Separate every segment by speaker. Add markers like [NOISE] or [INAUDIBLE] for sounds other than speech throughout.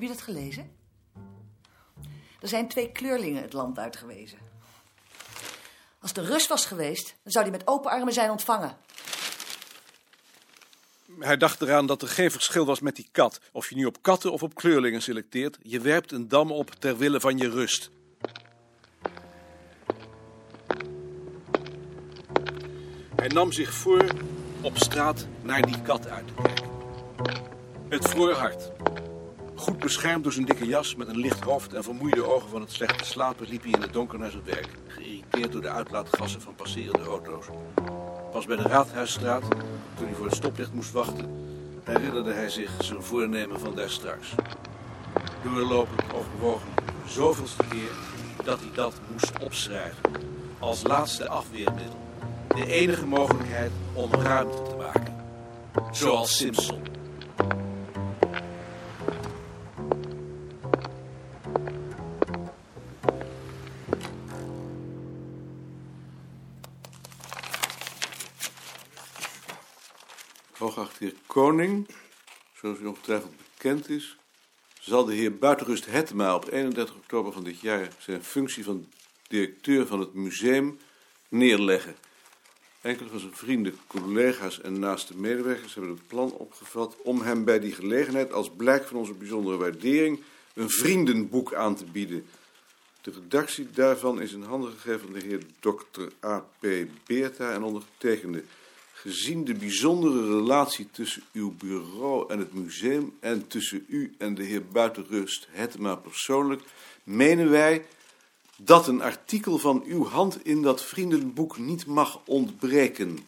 Speaker 1: je dat gelezen? Er zijn twee kleurlingen het land uitgewezen. Als de Rus was geweest, dan zou die met open armen zijn ontvangen.
Speaker 2: Hij dacht eraan dat er geen verschil was met die kat. Of je nu op katten of op kleurlingen selecteert, je werpt een dam op ter wille van je rust. Hij nam zich voor op straat naar die kat uit te kijken. Het vroor hard. Goed beschermd door zijn dikke jas met een licht hoofd en vermoeide ogen van het slechte slapen liep hij in het donker naar zijn werk, geïrriteerd door de uitlaatgassen van passerende auto's. Pas bij de Raadhuisstraat, toen hij voor het stoplicht moest wachten, herinnerde hij zich zijn voornemen van daarstraks. Doorlopend overwogen, zoveelste keer dat hij dat moest opschrijven. Als laatste afweermiddel. De enige mogelijkheid om ruimte te maken. Zoals Simpson.
Speaker 3: Hooggeachte heer Koning, zoals u ongetwijfeld bekend is, zal de heer Buitenrust Hetma op 31 oktober van dit jaar zijn functie van directeur van het museum neerleggen. Enkele van zijn vrienden, collega's en naaste medewerkers hebben het plan opgevat om hem bij die gelegenheid als blijk van onze bijzondere waardering een vriendenboek aan te bieden. De redactie daarvan is in handen gegeven aan de heer Dr. A.P. Beerta en ondergetekende. Gezien de bijzondere relatie tussen uw bureau en het museum en tussen u en de heer Buitenrust Hetma persoonlijk, menen wij dat een artikel van uw hand in dat vriendenboek niet mag ontbreken.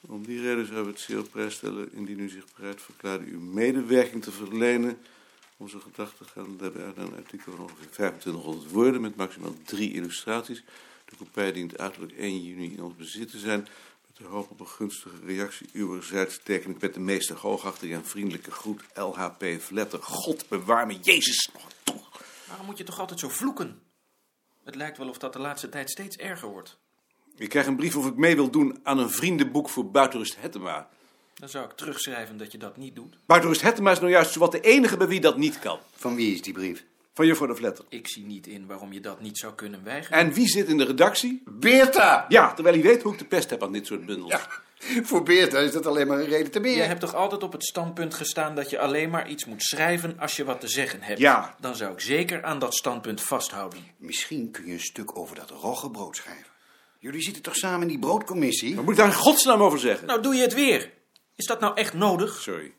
Speaker 3: Om die reden zouden we het zeer op prijs stellen indien u zich bereid verklaarde uw medewerking te verlenen. Onze gedachten gaan daarbij uit naar een artikel van ongeveer 2500 woorden met maximaal drie illustraties. De kopij dient uiterlijk 1 juni in ons bezit te zijn. Met de hoop op een gunstige reactie uwerzijds teken ik met de meeste hoogachtige en vriendelijke groet LHP Vletter. God bewaar me, Jezus!
Speaker 4: Waarom moet je toch altijd zo vloeken? Het lijkt wel of dat de laatste tijd steeds erger wordt.
Speaker 3: Ik krijg een brief of ik mee wil doen aan een vriendenboek voor Buitenrust Hettema.
Speaker 4: Dan zou ik terugschrijven dat je dat niet doet.
Speaker 3: Buitenrust Hettema is nou juist zowat de enige bij wie dat niet kan.
Speaker 5: Van wie is die brief?
Speaker 3: Van juffrouw de Vletter.
Speaker 4: Ik zie niet in waarom je dat niet zou kunnen weigeren.
Speaker 3: En wie zit in de redactie?
Speaker 5: Beerta!
Speaker 3: Ja, terwijl hij weet hoe ik de pest heb aan dit soort bundels.
Speaker 5: Voor Beerta is dat alleen maar een reden te meer.
Speaker 4: Je hebt toch altijd op het standpunt gestaan dat je alleen maar iets moet schrijven als je wat te zeggen hebt?
Speaker 3: Ja.
Speaker 4: Dan zou ik zeker aan dat standpunt vasthouden.
Speaker 5: Misschien kun je een stuk over dat roggebrood schrijven. Jullie zitten toch samen in die broodcommissie?
Speaker 3: Wat moet ik daar in godsnaam over zeggen?
Speaker 4: Nou, doe je het weer. Is dat nou echt nodig?
Speaker 3: Sorry. Ik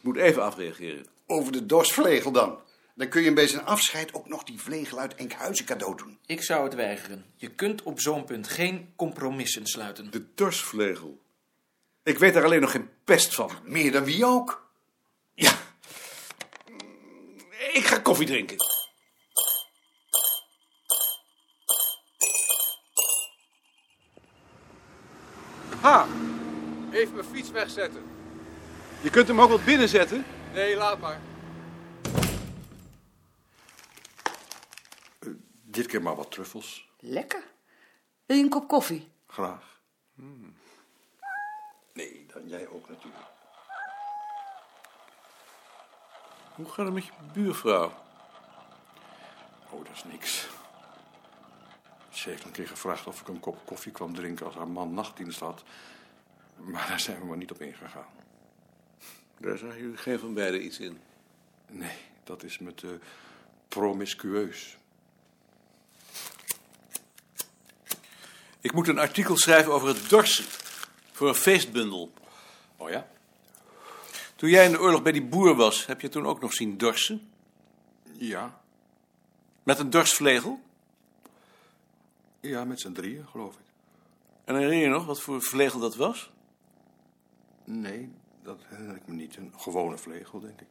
Speaker 3: moet even afreageren.
Speaker 5: Over de dorsvlegel dan. Dan kun je bij zijn afscheid ook nog die vlegel uit Enkhuizen cadeau doen.
Speaker 4: Ik zou het weigeren. Je kunt op zo'n punt geen compromissen sluiten.
Speaker 3: De dorsvlegel. Ik weet daar alleen nog geen pest van.
Speaker 5: Meer dan wie ook.
Speaker 3: Ja. Ik ga koffie drinken. Ha,
Speaker 6: Even mijn fiets wegzetten.
Speaker 3: je kunt hem ook wat binnenzetten.
Speaker 6: Nee, laat maar.
Speaker 7: Eh, Dit keer maar wat truffels.
Speaker 1: Lekker. Wil je een kop koffie?
Speaker 7: Graag. Nee, dan jij ook natuurlijk.
Speaker 3: Hoe gaat het met je buurvrouw?
Speaker 7: Oh, dat is niks. Ze heeft een keer gevraagd of ik een kop koffie kwam drinken als haar man nachtdienst had. Maar daar zijn we maar niet op ingegaan.
Speaker 3: Daar zagen jullie geen van beiden iets in.
Speaker 7: Nee, dat is me te promiscueus.
Speaker 3: Ik moet een artikel schrijven over het dorsen. Voor een feestbundel.
Speaker 7: Oh ja?
Speaker 3: Toen jij in de oorlog bij die boer was, heb je toen ook nog zien dorsen?
Speaker 7: Ja.
Speaker 3: Met een dorsvlegel?
Speaker 7: Ja, met z'n drieën, geloof ik.
Speaker 3: En herinner je nog wat voor vlegel dat was?
Speaker 7: Nee, dat herinner ik me niet. Een gewone vlegel, denk ik.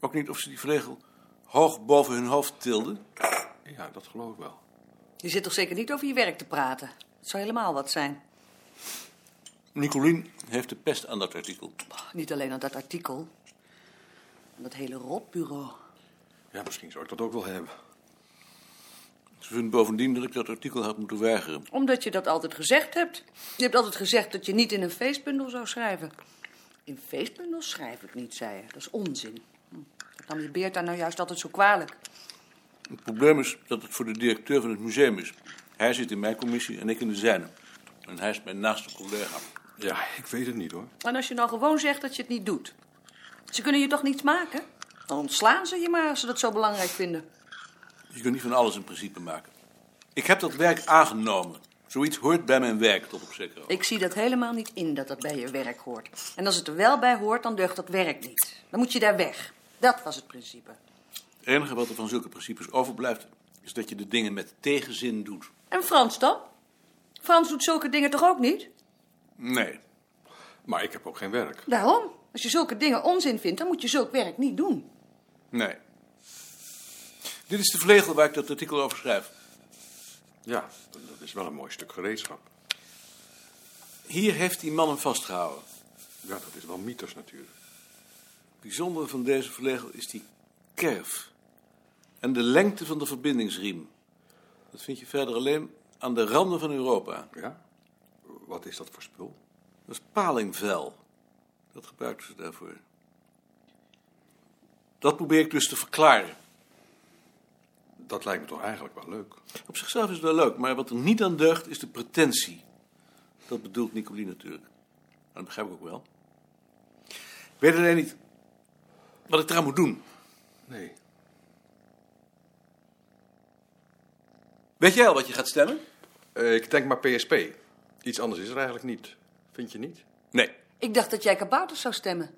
Speaker 3: Ook niet of ze die vlegel hoog boven hun hoofd tilden?
Speaker 7: Ja, dat geloof ik wel.
Speaker 1: Je zit toch zeker niet over je werk te praten? Het zou helemaal wat zijn.
Speaker 3: Nicolien heeft de pest aan dat artikel.
Speaker 1: Bah, Oh, Niet alleen aan dat artikel. Aan dat hele rotbureau.
Speaker 7: Ja, misschien zou ik dat ook wel hebben.
Speaker 3: Ze vindt bovendien dat ik dat artikel had moeten weigeren.
Speaker 1: Omdat je dat altijd gezegd hebt. Je hebt altijd gezegd dat je niet in een feestbundel zou schrijven. In feestbundels schrijf ik niet, zei je. Dat is onzin. Hm, Ik heb Nam je Beerta nou juist altijd zo kwalijk?
Speaker 2: Het probleem is dat het voor de directeur van het museum is. Hij zit in mijn commissie en ik in de zijne. En hij is mijn naaste collega.
Speaker 3: Ja, ik weet het niet hoor.
Speaker 1: En als je nou gewoon zegt dat je het niet doet. Ze kunnen je toch niets maken? Dan ontslaan ze je maar als ze dat zo belangrijk vinden.
Speaker 2: Je kunt niet van alles een principe maken. Ik heb dat werk aangenomen. Zoiets hoort bij mijn werk tot op zekere hoogte.
Speaker 1: Ik zie dat helemaal niet in dat dat bij je werk hoort. En als het er wel bij hoort, dan deugt dat werk niet. Dan moet je daar weg. Dat was het principe.
Speaker 2: Het enige wat er van zulke principes overblijft, is dat je de dingen met tegenzin doet.
Speaker 1: En Frans dan? Frans doet zulke dingen toch ook niet?
Speaker 2: Nee.
Speaker 3: Maar ik heb ook geen werk.
Speaker 1: Daarom. Als je zulke dingen onzin vindt, dan moet je zulk werk niet doen.
Speaker 2: Nee. Dit is de vlegel waar ik dat artikel over schrijf.
Speaker 3: Ja, dat is wel een mooi stuk gereedschap.
Speaker 2: Hier heeft die man hem vastgehouden.
Speaker 3: Ja, dat is wel mythos natuurlijk.
Speaker 2: Het bijzondere van deze vlegel is die kerf. En de lengte van de verbindingsriem. Dat vind je verder alleen aan de randen van Europa.
Speaker 3: Ja? Wat is dat voor spul?
Speaker 2: Dat is palingvel. Dat gebruiken ze daarvoor. Dat probeer ik dus te verklaren.
Speaker 3: Dat lijkt me toch eigenlijk wel leuk.
Speaker 2: Op zichzelf is het wel leuk, maar wat er niet aan deugt is de pretentie. Dat bedoelt Nicoline natuurlijk. Maar dat begrijp ik ook wel. Ik weet alleen niet wat ik eraan moet doen.
Speaker 3: Nee.
Speaker 2: Weet jij al wat je gaat stemmen?
Speaker 3: Eh, ik denk maar PSP. Iets anders is er eigenlijk niet. Vind je niet?
Speaker 2: Nee.
Speaker 1: Ik dacht dat jij kabouters zou stemmen.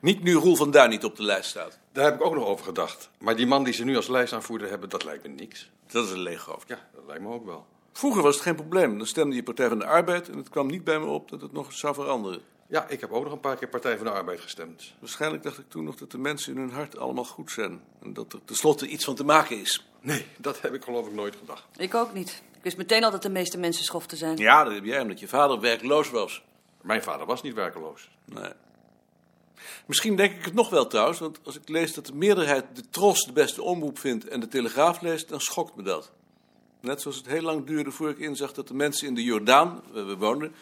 Speaker 2: Niet nu Roel van Duin niet op de lijst staat.
Speaker 3: Daar heb ik ook nog over gedacht. Maar die man die ze nu als lijstaanvoerder hebben, dat lijkt me niks.
Speaker 2: Dat is een leeg hoofd.
Speaker 3: Ja, dat lijkt me ook wel.
Speaker 2: Vroeger was het geen probleem. Dan stemde je Partij van de Arbeid en het kwam niet bij me op dat het nog eens zou veranderen.
Speaker 3: Ja, ik heb ook nog een paar keer Partij van de Arbeid gestemd.
Speaker 2: Waarschijnlijk dacht ik toen nog dat de mensen in hun hart allemaal goed zijn. En dat er tenslotte iets van te maken is.
Speaker 3: Nee, dat heb ik geloof ik nooit gedacht.
Speaker 1: Ik ook niet. Ik wist meteen al dat de meeste mensen schoften zijn.
Speaker 2: Ja, dat heb jij omdat je vader werkloos was.
Speaker 3: Mijn vader was niet werkeloos.
Speaker 2: Nee. Misschien denk ik het nog wel trouwens, want als ik lees dat de meerderheid de Tros de beste omroep vindt en de Telegraaf leest, dan schokt me dat. Net zoals het heel lang duurde voor ik inzag dat de mensen in de Jordaan, waar we woonden,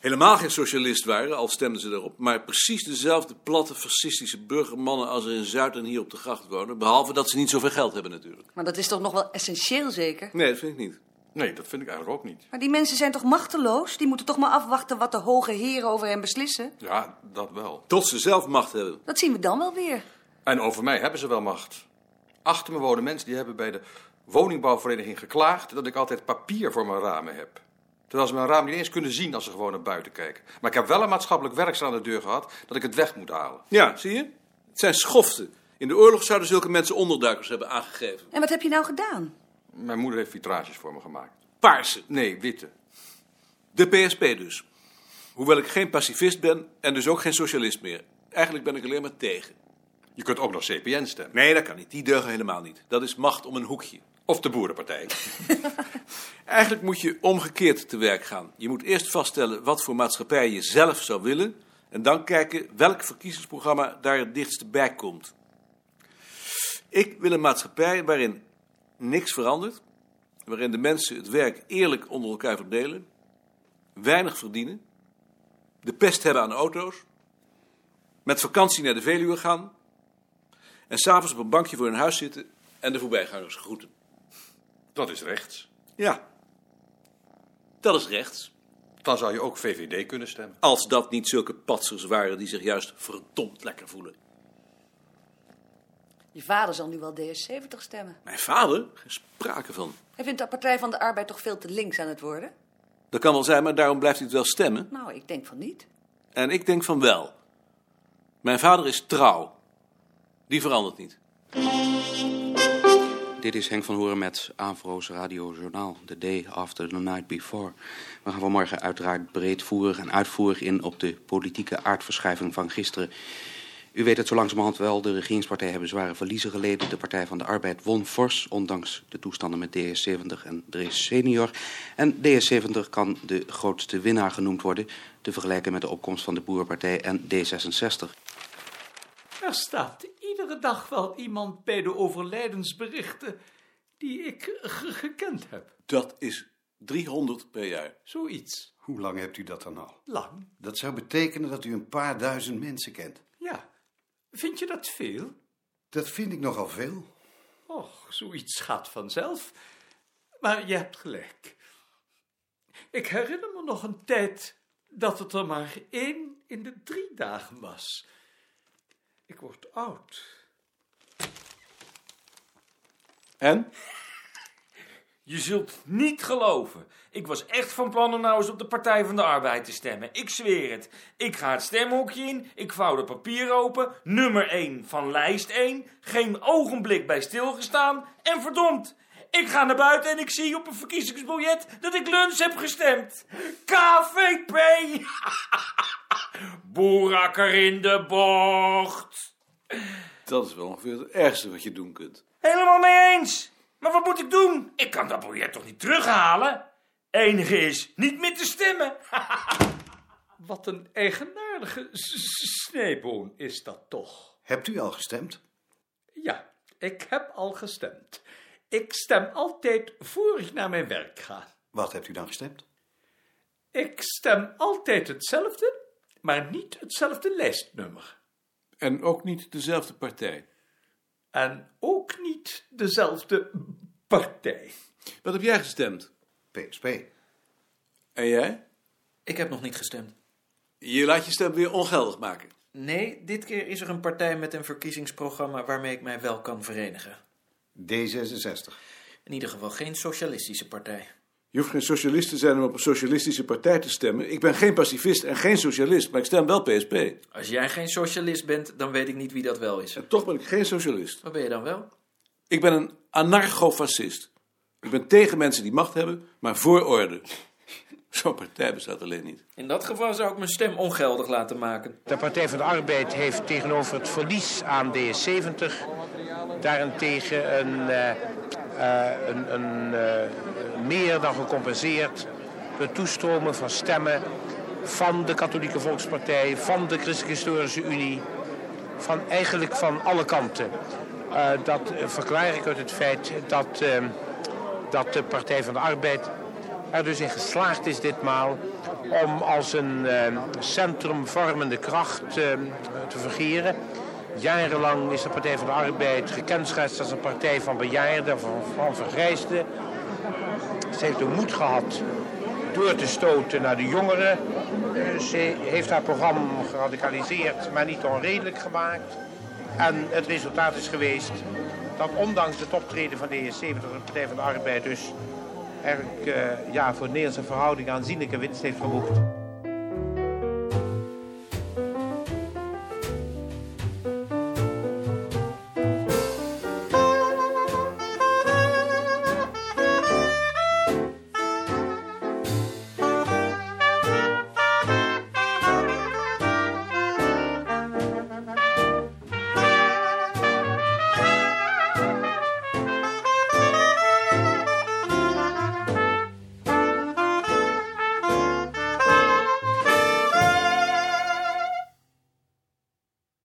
Speaker 2: helemaal geen socialist waren, al stemden ze daarop, maar precies dezelfde platte fascistische burgermannen als er in Zuid en hier op de gracht wonen, behalve dat ze niet zoveel geld hebben natuurlijk.
Speaker 1: Maar dat is toch nog wel essentieel zeker?
Speaker 2: Nee, dat vind ik niet.
Speaker 3: Nee, dat vind ik eigenlijk ook niet.
Speaker 1: Maar die mensen zijn toch machteloos? Die moeten toch maar afwachten wat de hoge heren over hen beslissen?
Speaker 3: Ja, dat wel.
Speaker 2: Tot ze zelf macht hebben.
Speaker 1: Dat zien we dan wel weer.
Speaker 3: En over mij hebben ze wel macht. Achter me wonen mensen die hebben bij de woningbouwvereniging geklaagd dat ik altijd papier voor mijn ramen heb. Terwijl ze mijn raam niet eens kunnen zien als ze gewoon naar buiten kijken. Maar ik heb wel een maatschappelijk werkster aan de deur gehad dat ik het weg moet halen.
Speaker 2: Ja, zie je? Het zijn schoften. In de oorlog zouden zulke mensen onderduikers hebben aangegeven.
Speaker 1: En wat heb je nou gedaan?
Speaker 3: Mijn moeder heeft vitrages voor me gemaakt.
Speaker 2: Paarse.
Speaker 3: Nee, witte.
Speaker 2: De PSP dus. Hoewel ik geen pacifist ben en dus ook geen socialist meer. Eigenlijk ben ik alleen maar tegen.
Speaker 3: Je kunt ook nog CPN stemmen.
Speaker 2: Nee, dat kan niet. Die deugen helemaal niet. Dat is macht om een hoekje.
Speaker 3: Of de Boerenpartij.
Speaker 2: [LAUGHS] Eigenlijk moet je omgekeerd te werk gaan. Je moet eerst vaststellen wat voor maatschappij je zelf zou willen. En dan kijken welk verkiezingsprogramma daar het dichtst bij komt. Ik wil een maatschappij waarin niks verandert. Waarin de mensen het werk eerlijk onder elkaar verdelen. Weinig verdienen. De pest hebben aan auto's. Met vakantie naar de Veluwe gaan. En s'avonds op een bankje voor hun huis zitten en de voorbijgangers groeten.
Speaker 3: Dat is rechts.
Speaker 2: Ja. Dat is rechts.
Speaker 3: Dan zou je ook VVD kunnen stemmen.
Speaker 2: Als dat niet zulke patsers waren die zich juist verdomd lekker voelen.
Speaker 1: Je vader zal nu wel DS70 stemmen.
Speaker 2: Mijn vader? Geen sprake van.
Speaker 1: Hij vindt de Partij van de Arbeid toch veel te links aan het worden?
Speaker 2: Dat kan wel zijn, maar daarom blijft hij het wel stemmen.
Speaker 1: Nou, ik denk van niet.
Speaker 2: En ik denk van wel. Mijn vader is trouw. Die verandert niet.
Speaker 8: Dit is Henk van Horen met Avro's Radio Journaal, The Day After the Night Before. We gaan vanmorgen uiteraard breedvoerig en uitvoerig in op de politieke aardverschuiving van gisteren. U weet het zo langzamerhand wel, de regeringspartijen hebben zware verliezen geleden. De Partij van de Arbeid won fors, ondanks de toestanden met DS70 en DS Senior. En DS70 kan de grootste winnaar genoemd worden, te vergelijken met de opkomst van de Boerenpartij en D66.
Speaker 9: Er staat iedere dag wel iemand bij de overlijdensberichten die ik ge- gekend heb.
Speaker 2: Dat is 300 per jaar.
Speaker 9: Zoiets.
Speaker 5: Hoe lang hebt u dat dan al?
Speaker 9: Lang.
Speaker 5: Dat zou betekenen dat u een paar duizend mensen kent.
Speaker 9: Ja. Vind je dat veel?
Speaker 5: Dat vind ik nogal veel.
Speaker 9: Och, zoiets gaat vanzelf. Maar je hebt gelijk. Ik herinner me nog een tijd dat het er maar één in de drie dagen was. Ik word oud.
Speaker 2: En?
Speaker 10: Je zult niet geloven. Ik was echt van plan om nou eens op de Partij van de Arbeid te stemmen. Ik zweer het. Ik ga het stemhokje in, ik vouw de papier open. Nummer 1 van lijst 1. Geen ogenblik bij stilgestaan. En verdomd, ik ga naar buiten en ik zie op een verkiezingsbiljet dat ik lunch heb gestemd. [LAUGHS] KVP! Boerakker in de bocht.
Speaker 2: Dat is wel ongeveer het ergste wat je doen kunt.
Speaker 10: Helemaal mee eens. Maar wat moet ik doen? Ik kan dat project toch niet terughalen? Enige is niet meer te stemmen.
Speaker 9: Wat een eigenaardige s- s- sneeboon is dat toch?
Speaker 5: Hebt u al gestemd?
Speaker 9: Ja, ik heb al gestemd. Ik stem altijd voor ik naar mijn werk ga.
Speaker 5: Wat hebt u dan gestemd?
Speaker 9: Ik stem altijd hetzelfde, maar niet hetzelfde lijstnummer.
Speaker 2: En ook niet dezelfde partij.
Speaker 9: En ook niet dezelfde partij.
Speaker 2: Wat heb jij gestemd?
Speaker 5: PSP.
Speaker 2: En jij?
Speaker 4: Ik heb nog niet gestemd.
Speaker 2: Je laat je stem weer ongeldig maken.
Speaker 4: Nee, dit keer is er een partij met een verkiezingsprogramma waarmee ik mij wel kan verenigen.
Speaker 5: D66.
Speaker 4: In ieder geval geen socialistische partij.
Speaker 2: Je hoeft geen socialist te zijn om op een socialistische partij te stemmen. Ik ben geen pacifist en geen socialist, maar ik stem wel PSP.
Speaker 4: Als jij geen socialist bent, dan weet ik niet wie dat wel is.
Speaker 2: En toch ben ik geen socialist.
Speaker 4: Wat ben je dan wel?
Speaker 2: Ik ben een anarcho-fascist. Ik ben tegen mensen die macht hebben, maar voor orde. Zo'n partij bestaat alleen niet.
Speaker 4: In dat geval zou ik mijn stem ongeldig laten maken.
Speaker 11: De Partij van de Arbeid heeft tegenover het verlies aan D70 daarentegen een, eh, eh, een, een eh, meer dan gecompenseerd het toestromen van stemmen van de Katholieke Volkspartij, van de Christelijke Historische Unie, van eigenlijk van alle kanten. Eh, dat verklaar ik uit het feit dat, eh, dat de Partij van de Arbeid er dus in geslaagd is ditmaal om als een eh, centrumvormende kracht eh, te vergeren. Jarenlang is de Partij van de Arbeid gekenschetst als een partij van bejaarden, van, van vergrijsden. Ze heeft de moed gehad door te stoten naar de jongeren. Eh, ze heeft haar programma geradicaliseerd, maar niet onredelijk gemaakt. En het resultaat is geweest dat ondanks het optreden van de heer 70 de Partij van de Arbeid dus eigenlijk eh, ja, voor Nederlandse verhouding aanzienlijke winst heeft geboekt.